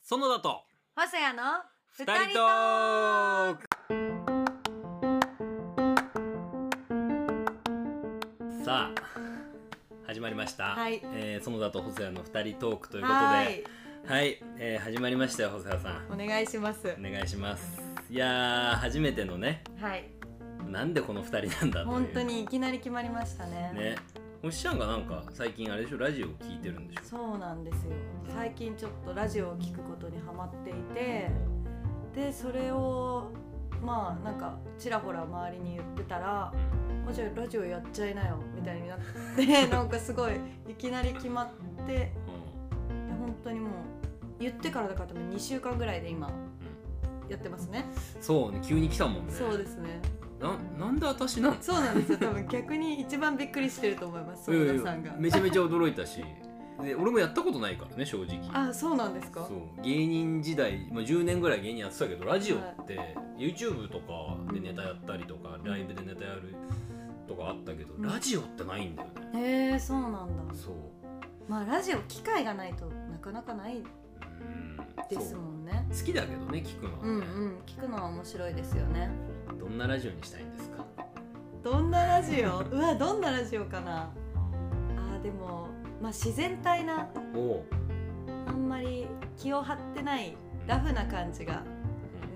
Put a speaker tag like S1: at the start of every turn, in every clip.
S1: 園田と
S2: 細谷の
S1: 二人トークさあ始まりました、
S2: はい
S1: えー園田と細谷の二人トークということでは
S2: はいい、
S1: えー始まりましたよ細谷さん
S2: お願いします
S1: お願いしますいやー初めてのね
S2: はい
S1: なんでこの二人なんだという
S2: 本当にいきなり決まりましたね
S1: ねおっしゃんがなんか最近あれでしょラジオ聞いてるんでしょ
S2: そうなんですよ最近ちょっとラジオを聞くことにハマっていてでそれをまあなんかちらほら周りに言ってたら「あじゃあラジオやっちゃいなよ」みたいになって なんかすごいいきなり決まってで本当にもう言ってからだから多分2週間ぐらいで今やってますね
S1: うんそうね急に来たもんね
S2: そうですね
S1: ななんで私なん
S2: そうなんですよ多分逆に一番びっくりしてると思います
S1: いやい
S2: 園
S1: や
S2: 田さんが
S1: めちゃめちゃ驚いたしで俺もやったことないからね正直
S2: あそうなんですか
S1: そう芸人時代、まあ、10年ぐらい芸人やってたけどラジオって YouTube とかでネタやったりとかライブでネタやるとかあったけど
S2: うん
S1: ラジオってないんだよね
S2: へえそうなんだ
S1: そう
S2: まあラジオ機会がないとなかなかないう
S1: ーん
S2: ですもんね
S1: そう好きだけどね聞くの
S2: うんう
S1: はね、
S2: ん聞くのは面白いですよね
S1: どんなラジオにしたいんですか
S2: どんなラジオ うわどんなラジオかなあーでもまあ自然体な
S1: おお
S2: あんまり気を張ってないラフな感じが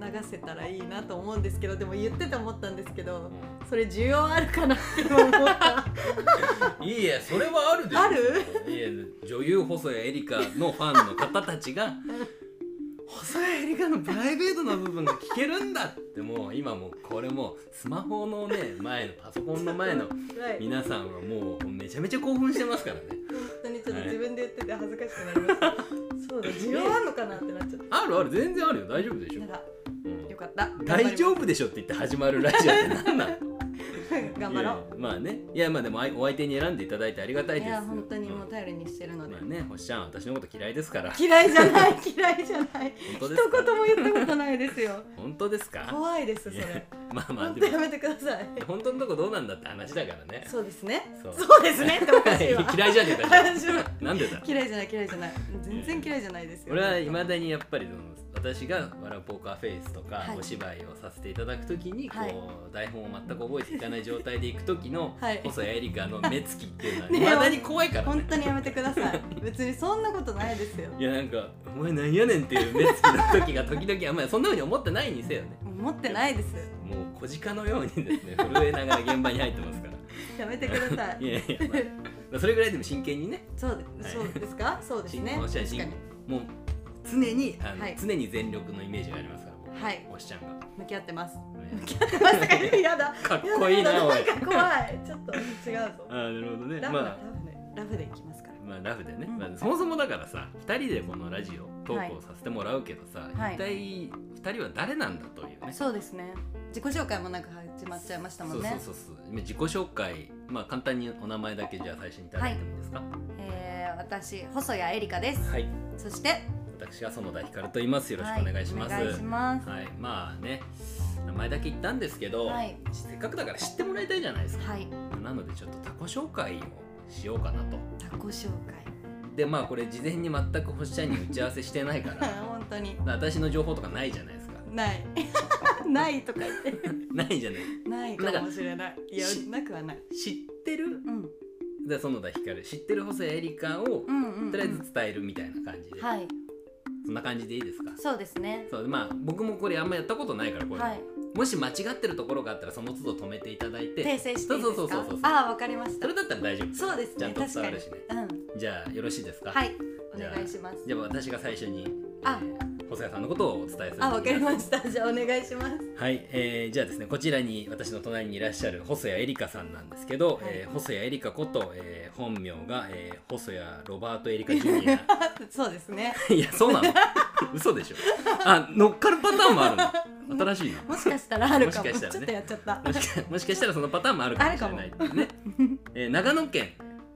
S2: 流せたらいいなと思うんですけどでも言ってて思ったんですけどそれ需要あるかな って今思った
S1: いいえそれはあるでしょ
S2: あ る
S1: いえ女優細谷エリカのファンの方たちが 細谷エリカのプライベートな部分が聞けるんだってもう今もうこれもうスマホのね前のパソコンの前の
S2: はい
S1: 皆さんはもうめちゃめちゃ興奮してますからね
S2: 本当にちょっと自分で言ってて恥ずかしくなりました、 そうだ需要あんのかなってなっちゃっ
S1: あるある全然あるよ大丈夫でしょ
S2: たな、ら
S1: うん
S2: よかった
S1: 大丈夫でしょって言って始まるラジオって何 なの
S2: 頑張ろう
S1: いやまあねいやまあでもあいお相手に選んでいただいてありがたい
S2: い
S1: です
S2: や本当にも
S1: う
S2: うん頼りにしてるので、
S1: まあね星ちゃんは私のこと嫌いですから
S2: 嫌いじゃない 嫌いじゃない
S1: 本当
S2: 一
S1: ですか
S2: 言も言ったことないですよ
S1: 本当ですか
S2: 怖いですそ
S1: いや
S2: れ
S1: まあまあ
S2: 本当
S1: で
S2: や
S1: も
S2: めてください
S1: 本当のとこどうなんだって話だからね
S2: そうですね
S1: そう
S2: そうですねっておかしい わ
S1: 嫌いじゃねえだ
S2: 大丈
S1: ろなんでだ
S2: 嫌いじゃない嫌いじゃない全然嫌いじゃないですよ
S1: 俺はい
S2: 今
S1: まだにやっぱりその私が「笑うポーカーフェイス」とか
S2: はい
S1: お芝居をさせていただくときにこ
S2: はいう
S1: 台本を全く覚えていかない状態で行く時 の
S2: はい
S1: 細谷エリカの目つきっていうのは
S2: ねえ
S1: いまだに怖いから
S2: 本
S1: ね
S2: 当にやめてください別にそんなことないですよ
S1: いやなんか「お前なんやねん」っていう目つきの時が時々あんまりそんなふうに思ってないにせよね
S2: 持ってないです
S1: もう小鹿のようにですね震えながら現場に入ってますから
S2: やめてくだ さい
S1: いやいや、まあ、それぐらいでも真剣にね
S2: そう
S1: は
S2: で
S1: い
S2: そうですか、そうです
S1: 真
S2: ね。
S1: 剣おっしゃる
S2: 確
S1: 真
S2: か
S1: 剣
S2: に
S1: もう常にあの、
S2: はい
S1: 常に全力のイメージがありますから僕
S2: はい
S1: おっしちゃんが、
S2: 向き合っ てます。
S1: ね
S2: 向き合ってますとか言うやだ。
S1: かっこいいなおい
S2: やだんか怖い。ちょっと違う
S1: あ
S2: ぞ。
S1: ーなるほどね
S2: ラフな、ラ
S1: ま
S2: フでラフでいきますか
S1: あまあラフでね、
S2: うん
S1: まあ、そもそもだからさ2人でこのラジオトークをさせてもらうけどさ、
S2: はい
S1: 一体2人は誰なんだという
S2: ら。
S1: ね
S2: そうですね。自己紹介もなんか始まっちゃいましたもんね。
S1: そうそうそうそう今自己紹介まあ簡単にお名前だけじゃあ最初にいただいてもいいですか
S2: えー私細谷エリカです。
S1: はい、
S2: そして
S1: 私が園田ひかると言いますよろしくお願いします、
S2: は、
S1: はいい
S2: お願いします。
S1: まあね名前だけ言ったんですけど、
S2: はい
S1: せっかくだから知ってもらいたいじゃないですか
S2: はい。
S1: なのでちょっとタコ紹介をしようかなと
S2: 自己紹介。
S1: でまあこれ事前に全く星ちゃんに打ち合わせしてないか ら
S2: 本当に
S1: 私の情報とかないじゃないですか
S2: ない。ないとか言って。
S1: ないじゃない
S2: ないかもしれない。いや
S1: し
S2: なくはない。
S1: 知ってる
S2: うん
S1: で園田ひかる知ってる細谷エリカを
S2: うんうん、うん。
S1: とりあえず伝えるみたいな感じで、
S2: はい。
S1: そんな感じでいいですか
S2: そうですね。
S1: そうでまあ僕もこれあんまやったことないからこれ、
S2: はい。
S1: もし間違ってるところがあったらその都度止めていただいて
S2: 訂正していいですか
S1: そうそうそうそうそう
S2: ああわかりまし
S1: そ
S2: た
S1: れだったら大丈夫
S2: そうですね
S1: ちゃんと伝わるし
S2: 確
S1: ね
S2: かに
S1: じゃあよろしいです
S2: う
S1: か
S2: んはいお
S1: じゃあ
S2: 願いします
S1: じゃあ私が最初に
S2: あ
S1: えー細谷さんのことをお伝えする
S2: あわかり
S1: す
S2: ましたじゃあお願いします
S1: はい、えーじゃあですねこちらに私の隣にいらっしゃる細谷エリカさんなんですけど、えー細谷エリカこと、えー本名が、えー細谷ロバート・エリカ・ジュニア
S2: そうですね
S1: いやそうなの 嘘でしょあ乗っかるパターンもあるの新しいの
S2: もしかしたらあるかも
S1: もしかしたらね
S2: ちょっとやっちゃった
S1: もしかもしかしたらそのパターンもあるかもしれないっていうね、えー長野県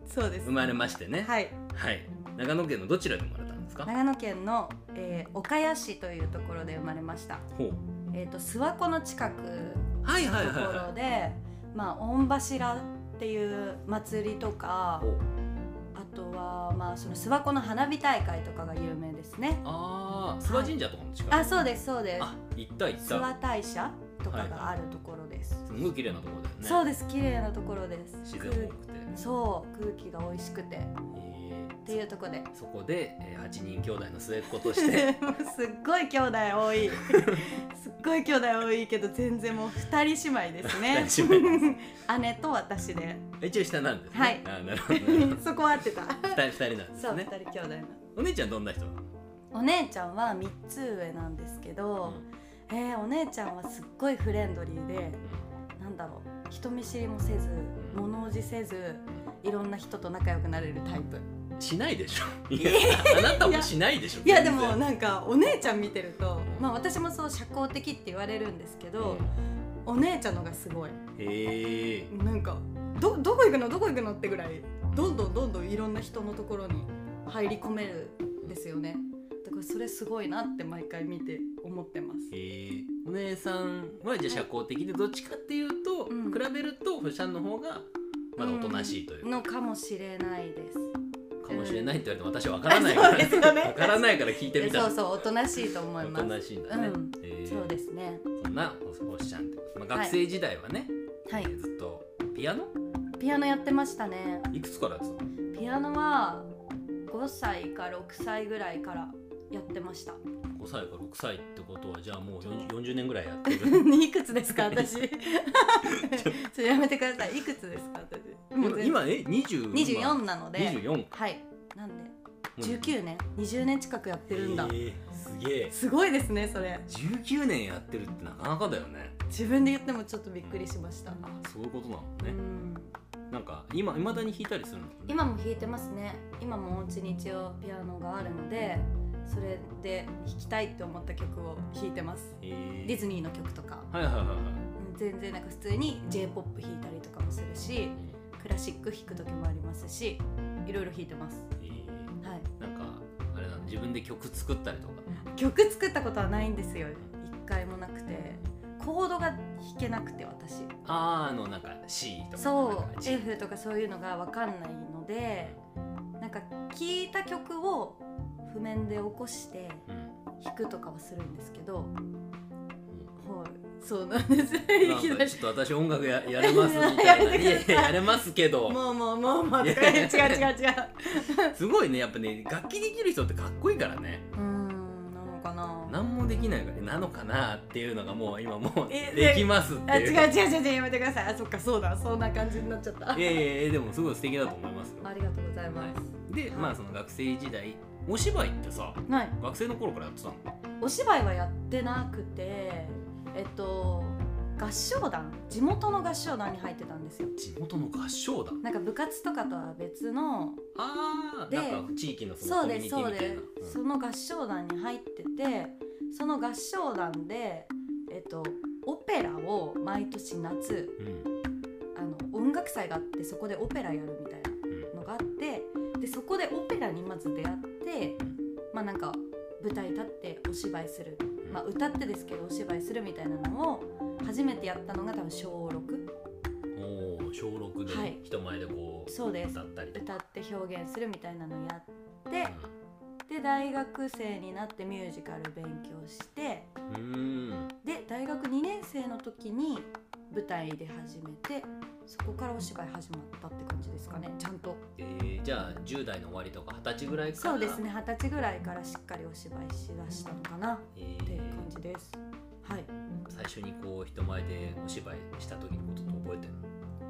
S2: そうです
S1: 生まれましてねはい、
S2: はい
S1: 長野県のどちらで生まれたんですか
S2: 長野県の、えー、岡谷市というところで生まれました
S1: ほう
S2: えっ、と諏訪湖の近く
S1: はい
S2: の
S1: はい
S2: と
S1: はい
S2: こ
S1: は
S2: ろでまあ御柱っていう祭りとか
S1: いお
S2: あとはまあその諏訪湖の花火大会とかが有名ですね
S1: ああ諏訪神社とかも近い、
S2: あそうですそうです
S1: あ行った行っ
S2: 諏
S1: た
S2: 訪大社とかがあるところです、
S1: すごい綺麗なところだよね
S2: そうです綺麗なところです
S1: 自然多くて、
S2: 空そう空気が美味しくてっ
S1: えー
S2: ていうところで
S1: そこで、えー、8人兄弟の末っ子と して
S2: すっごい兄弟 多いすっごい兄弟多いけど全然もう2人姉妹ですね
S1: 二人姉妹
S2: 姉と私で
S1: 一応下なんですね、
S2: はい
S1: あーなるほどなるほど
S2: そこは合ってた
S1: 二人二人なんで
S2: そ
S1: す
S2: う、二
S1: ね
S2: 人兄弟なの
S1: お姉ちゃんどんな人なの
S2: お姉ちゃんは3つ上なんですけど、えーお姉ちゃんはすっごいフレンドリーでなんだろう人見知りもせず物おじせずいろんな人と仲良くなれるタイ
S1: う
S2: プ
S1: んしないでしょいやあなたもしないでしょ
S2: いやで
S1: 全然
S2: もなんかお姉ちゃん見てると、まあ、私もそう社交的って言われるんですけど、お姉ちゃんのがすごい
S1: うんへえ
S2: なんかどどこ行くのどこ行くのってぐらいどんどんどんどんいろんな人のところに入り込めるんですよねだからそれすごいなって毎回見て思ってます
S1: へえお姉さんはじゃあ社交的でどっちかっていうと、
S2: うん
S1: 比べるとふしゃんの方がまだおとなしいというか、
S2: のかもしれないです
S1: かもしれないって言われても私は分からないから、
S2: そうですよね
S1: 分からないから聞いてみ
S2: え
S1: た
S2: そ
S1: の
S2: うそうおとなしいと思い
S1: お
S2: ま
S1: と
S2: す
S1: なしいんだね、
S2: うん
S1: へえ
S2: そうですね
S1: そんなほっしゃんって、まあ、
S2: はい
S1: 学生時代はね、
S2: はい
S1: えーずっとピアノ
S2: ピアノやってましたね
S1: いくつからやってたの
S2: ピアノは5歳か6歳ぐらいからやってました
S1: 5歳か6歳ってことはじゃあもう
S2: そうね
S1: 40 40年ぐらいやってる
S2: いくつですか 私ちょっとやめてくださいいくつですか私もう
S1: 今
S2: 全
S1: 今え20
S2: 24なので
S1: 24
S2: はいなんで
S1: もう
S2: 19年20年近くやってるんだ、
S1: へえすげえ
S2: すごいですねそれ
S1: 19年やってるってなかなかだよね
S2: 自分で言ってもちょっとびっくりしました、
S1: そういうことなの
S2: う
S1: ね、
S2: ん、
S1: なんか今いまだに弾いたりするの
S2: 今も弾いてますね今もお家に一応ピアノがあるのでそれで弾きたいって思った曲を弾いてます
S1: へえ
S2: ディズニーの曲とか
S1: はいはいはいはい
S2: うん全然なんか普通に j p o p 弾いたりとかもするしクラシック弾く時もありますしいろいろ弾いてます、
S1: へ
S2: はい、
S1: えなんかあれなの自分で曲作ったりとか
S2: 曲作ったことはないんですよ一回もなくてコードが弾けなくて私
S1: あーあのなんか C とか
S2: そ
S1: なんか
S2: う
S1: G
S2: F とかそういうのが分かんないのでなんか聴いた曲を譜面で起こして
S1: うん
S2: 弾くとかはするんですけど、はい
S1: うん、
S2: そうなんですよ いき
S1: なん
S2: な
S1: か
S2: り
S1: ちょっと私音楽ややれますみたいな
S2: やめ
S1: い
S2: てく
S1: や
S2: だ
S1: い
S2: さい
S1: ややれますけど
S2: もうもうもうもうとか
S1: い
S2: 違う違う違
S1: や
S2: う
S1: すごいねやっぱね楽器できる人ってかっこいいからね
S2: うーんなのかな
S1: 何もできないからなのかなっていうのがもう今もう
S2: え
S1: できますって
S2: あ違う
S1: いう
S2: 違う違う違うやめてくださいあそっかそうだそんな感じになっちゃったあ
S1: いやいやいやでもすごい素敵だと思いますよ
S2: りがとうございます
S1: でまあその学生時代お芝居ってさ
S2: はい
S1: 学生の頃からやってたの
S2: お芝居はやってなくてえっと合唱団地元の合唱団に入ってたんですよ
S1: 地元の合唱団
S2: なんか部活とかとは別の
S1: ああ
S2: で
S1: なんか地域のその
S2: そ
S1: コ
S2: う
S1: ミュ
S2: で
S1: ニ
S2: す
S1: ティ
S2: そう
S1: みたいな
S2: ですその合唱団に入っててその合唱団でえっとオペラを毎年夏
S1: うん
S2: あの音楽祭があってそこでオペラやるみたいな
S1: うん
S2: のがあってでそこでオペラにまず出会ってまあなんか舞台立ってお芝居する、
S1: うん
S2: まあ、歌ってですけどお芝居するみたいなのを初めてやったのが多分小6
S1: おー小6で
S2: はい
S1: 人前でこう
S2: そうです
S1: 歌ったりとか
S2: 歌って表現するみたいなのやってで大学生になってミュージカル勉強して
S1: うんうん
S2: で大学2年生の時に舞台で始めてそこからお芝居始まったって感じですかねちゃんと
S1: えーじゃあ10代の終わりとか二十歳ぐらいから
S2: そうですね二十歳ぐらいからしっかりお芝居しだしたのかなっ
S1: えー
S2: ていう感じですはい
S1: 最初にこう人前でお芝居した時のことと覚えてる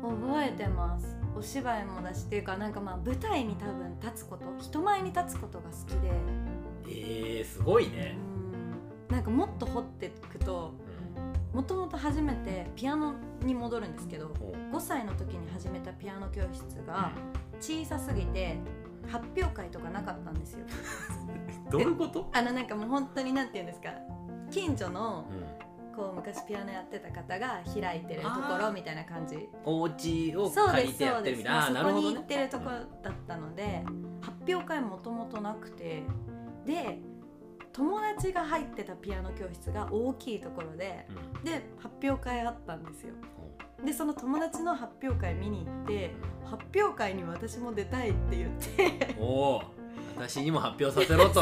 S1: の
S2: 覚えてますお芝居もだしっていうかなんかまあ舞台に多分立つこと人前に立つことが好きで
S1: えー、すごいね、
S2: うんなんかもっと掘っていくともともと初めてピアノに戻るんですけ
S1: う
S2: ど
S1: んおう
S2: 5歳の時に始めたピアノ教室が小さすぎて発表会とかなかったんですよ
S1: どういうこと、
S2: あのなんかもう本当になんて言うんですか近所の
S1: うん、
S2: こう昔ピアノやってた方が開いてるところみたいな感じ
S1: お家を
S2: そう
S1: 借
S2: で
S1: り
S2: す
S1: てや
S2: そ
S1: っ
S2: う
S1: てる
S2: で
S1: み
S2: す
S1: たいなあーな
S2: そ
S1: る
S2: こ
S1: ほ
S2: に
S1: ど
S2: 行
S1: ね
S2: ってるとこだったので発表会もともとなくてで友達が入ってたピアノ教室が大きいところで
S1: うん
S2: で発表会あったんですよでその友達の発表会見に行って発表会に私も出たいって言って
S1: おお私にも発表させろ と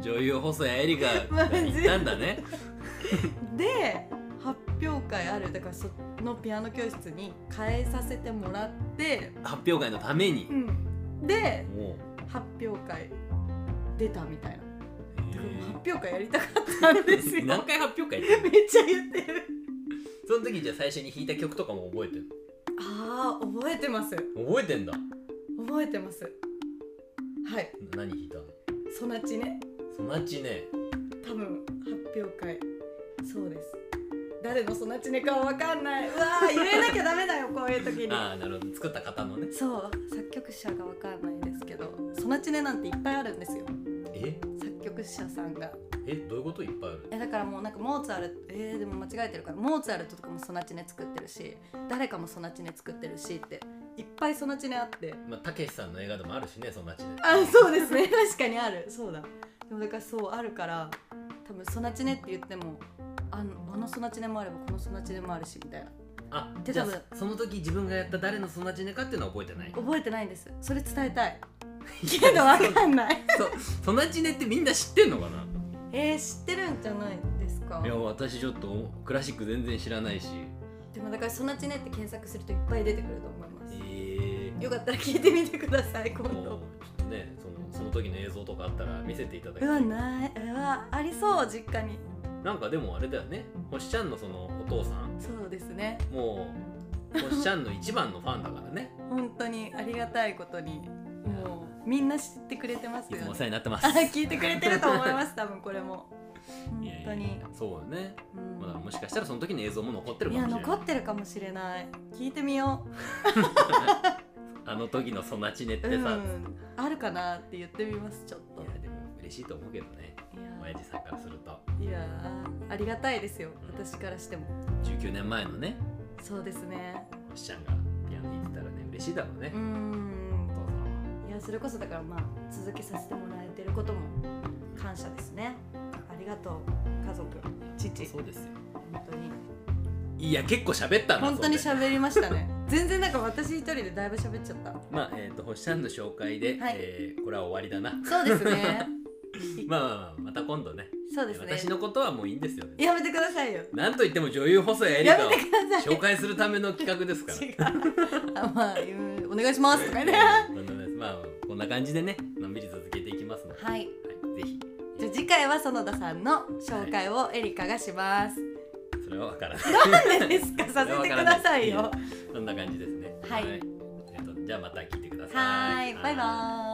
S1: 女優細谷エリカが言ったんだね
S2: で発表会あるだからそのピアノ教室に変えさせてもらって、
S1: 発表会のために
S2: で
S1: もう
S2: 発表会出たみたいな
S1: え
S2: だからもう発
S1: ー
S2: 表会やりたかったんですよめっ
S1: 何回発表会行ってんの
S2: ちゃ言ってる
S1: その時じゃあ最初に弾いた曲とかも覚えてる
S2: ああ覚えてます
S1: 覚えてんだ
S2: 覚えてますはい
S1: 何弾いたの
S2: ソナチね
S1: そなちね
S2: 多分発表会そうです誰のソナチネかは分かんないうわー言えなきゃダメだよこういう時に
S1: ああなるほど作った方のね
S2: そう作曲者が分かんないですけどソナチネなんていっぱいあるんですよ
S1: え
S2: 作曲者さんが
S1: えどういうこといっぱいある
S2: えだからもうなんかモーツァルトえー、でも間違えてるからモーツァルトとかもソナチネ作ってるし誰かもソナチネ作ってるしっていっぱいソナチネあって
S1: まあたけしさんの映画でもあるしねそなちね
S2: あそうです ね確かにあるそうだでもだからそうあるから多分ソナチネって言ってもあのあのソナチネもあればこのソナチネもあるしみたいな
S1: あ
S2: で
S1: じゃ
S2: 多分
S1: あその時自分がやった誰のそなちねかっていうのは覚えてない
S2: 覚えてないんですそれ伝えたいけどわかんない
S1: そなちねってみんな知ってんのかな
S2: えー、知ってるんじゃないですか
S1: いや私ちょっとクラシック全然知らないし
S2: でもだからソナチネって検索するといっぱい出てくると思います
S1: え
S2: よかったら聞いてみてください今
S1: ー、もうち
S2: 度
S1: ょっとねそのその時の映像とかあったら見せていただき
S2: う
S1: た
S2: わ
S1: い
S2: ないえわありそう実家に
S1: なんかでもあれだよね星ちゃんのそのお父さん
S2: そうですね
S1: も う星ちゃんの一番のファンだからね
S2: 本当にありがたいことにもうみんな知ってくれてます
S1: い
S2: よ
S1: つもお
S2: ね
S1: 世話になってます
S2: あ聞いてくれてると思 います多分これも
S1: い
S2: 本
S1: やい
S2: 当
S1: や
S2: に
S1: そうよね
S2: う
S1: ま
S2: ん
S1: あだからもしかしたらその時の映像も残ってる
S2: い
S1: かも
S2: や
S1: しれない
S2: 残ってるかもしれない聞いてみよ
S1: あの時のそなちねっ
S2: う、
S1: て
S2: う
S1: さ、
S2: ん、あるかなって言ってみますちょっと
S1: いやでも嬉しいと思うけどね親父さんからすると
S2: いやいやありがたいですよ私からしても
S1: 19年前のね
S2: そうですね
S1: 星ちゃんがピアノ弾いてたらね嬉しいだろうね、
S2: うん
S1: お父さんはい
S2: やそれこそだからまあ続けさせてもらえてることも感謝ですねありがとう家族父
S1: そうですよ
S2: 本当に
S1: いや結構喋ったな
S2: 本当に
S1: それ
S2: 喋りましたね 全然なんか私一人でだいぶ喋っちゃった
S1: まあえっ、と星ちゃんの紹介で、
S2: はい
S1: えーこれは終わりだな
S2: そうです ね
S1: まあまあまあまた今度ね
S2: そうですね
S1: 私のことはもういいんですよね
S2: やめてくださいよ
S1: なんといっても女優細谷エリ
S2: や
S1: カを
S2: めてください
S1: 紹介するための企画ですから
S2: 違うあまあ、うんお願いしますとかね
S1: まあまあまあまあこんな感じでねのんびり続けていきますので、は
S2: はい
S1: い、ぜひ
S2: じゃあ次回は園田さんの紹介をエリカがします、
S1: それは分からない
S2: なん でですか させてくださいよ
S1: そんな感じですね
S2: はい
S1: えっとじゃあまた聞いてください
S2: はーいバイバーイ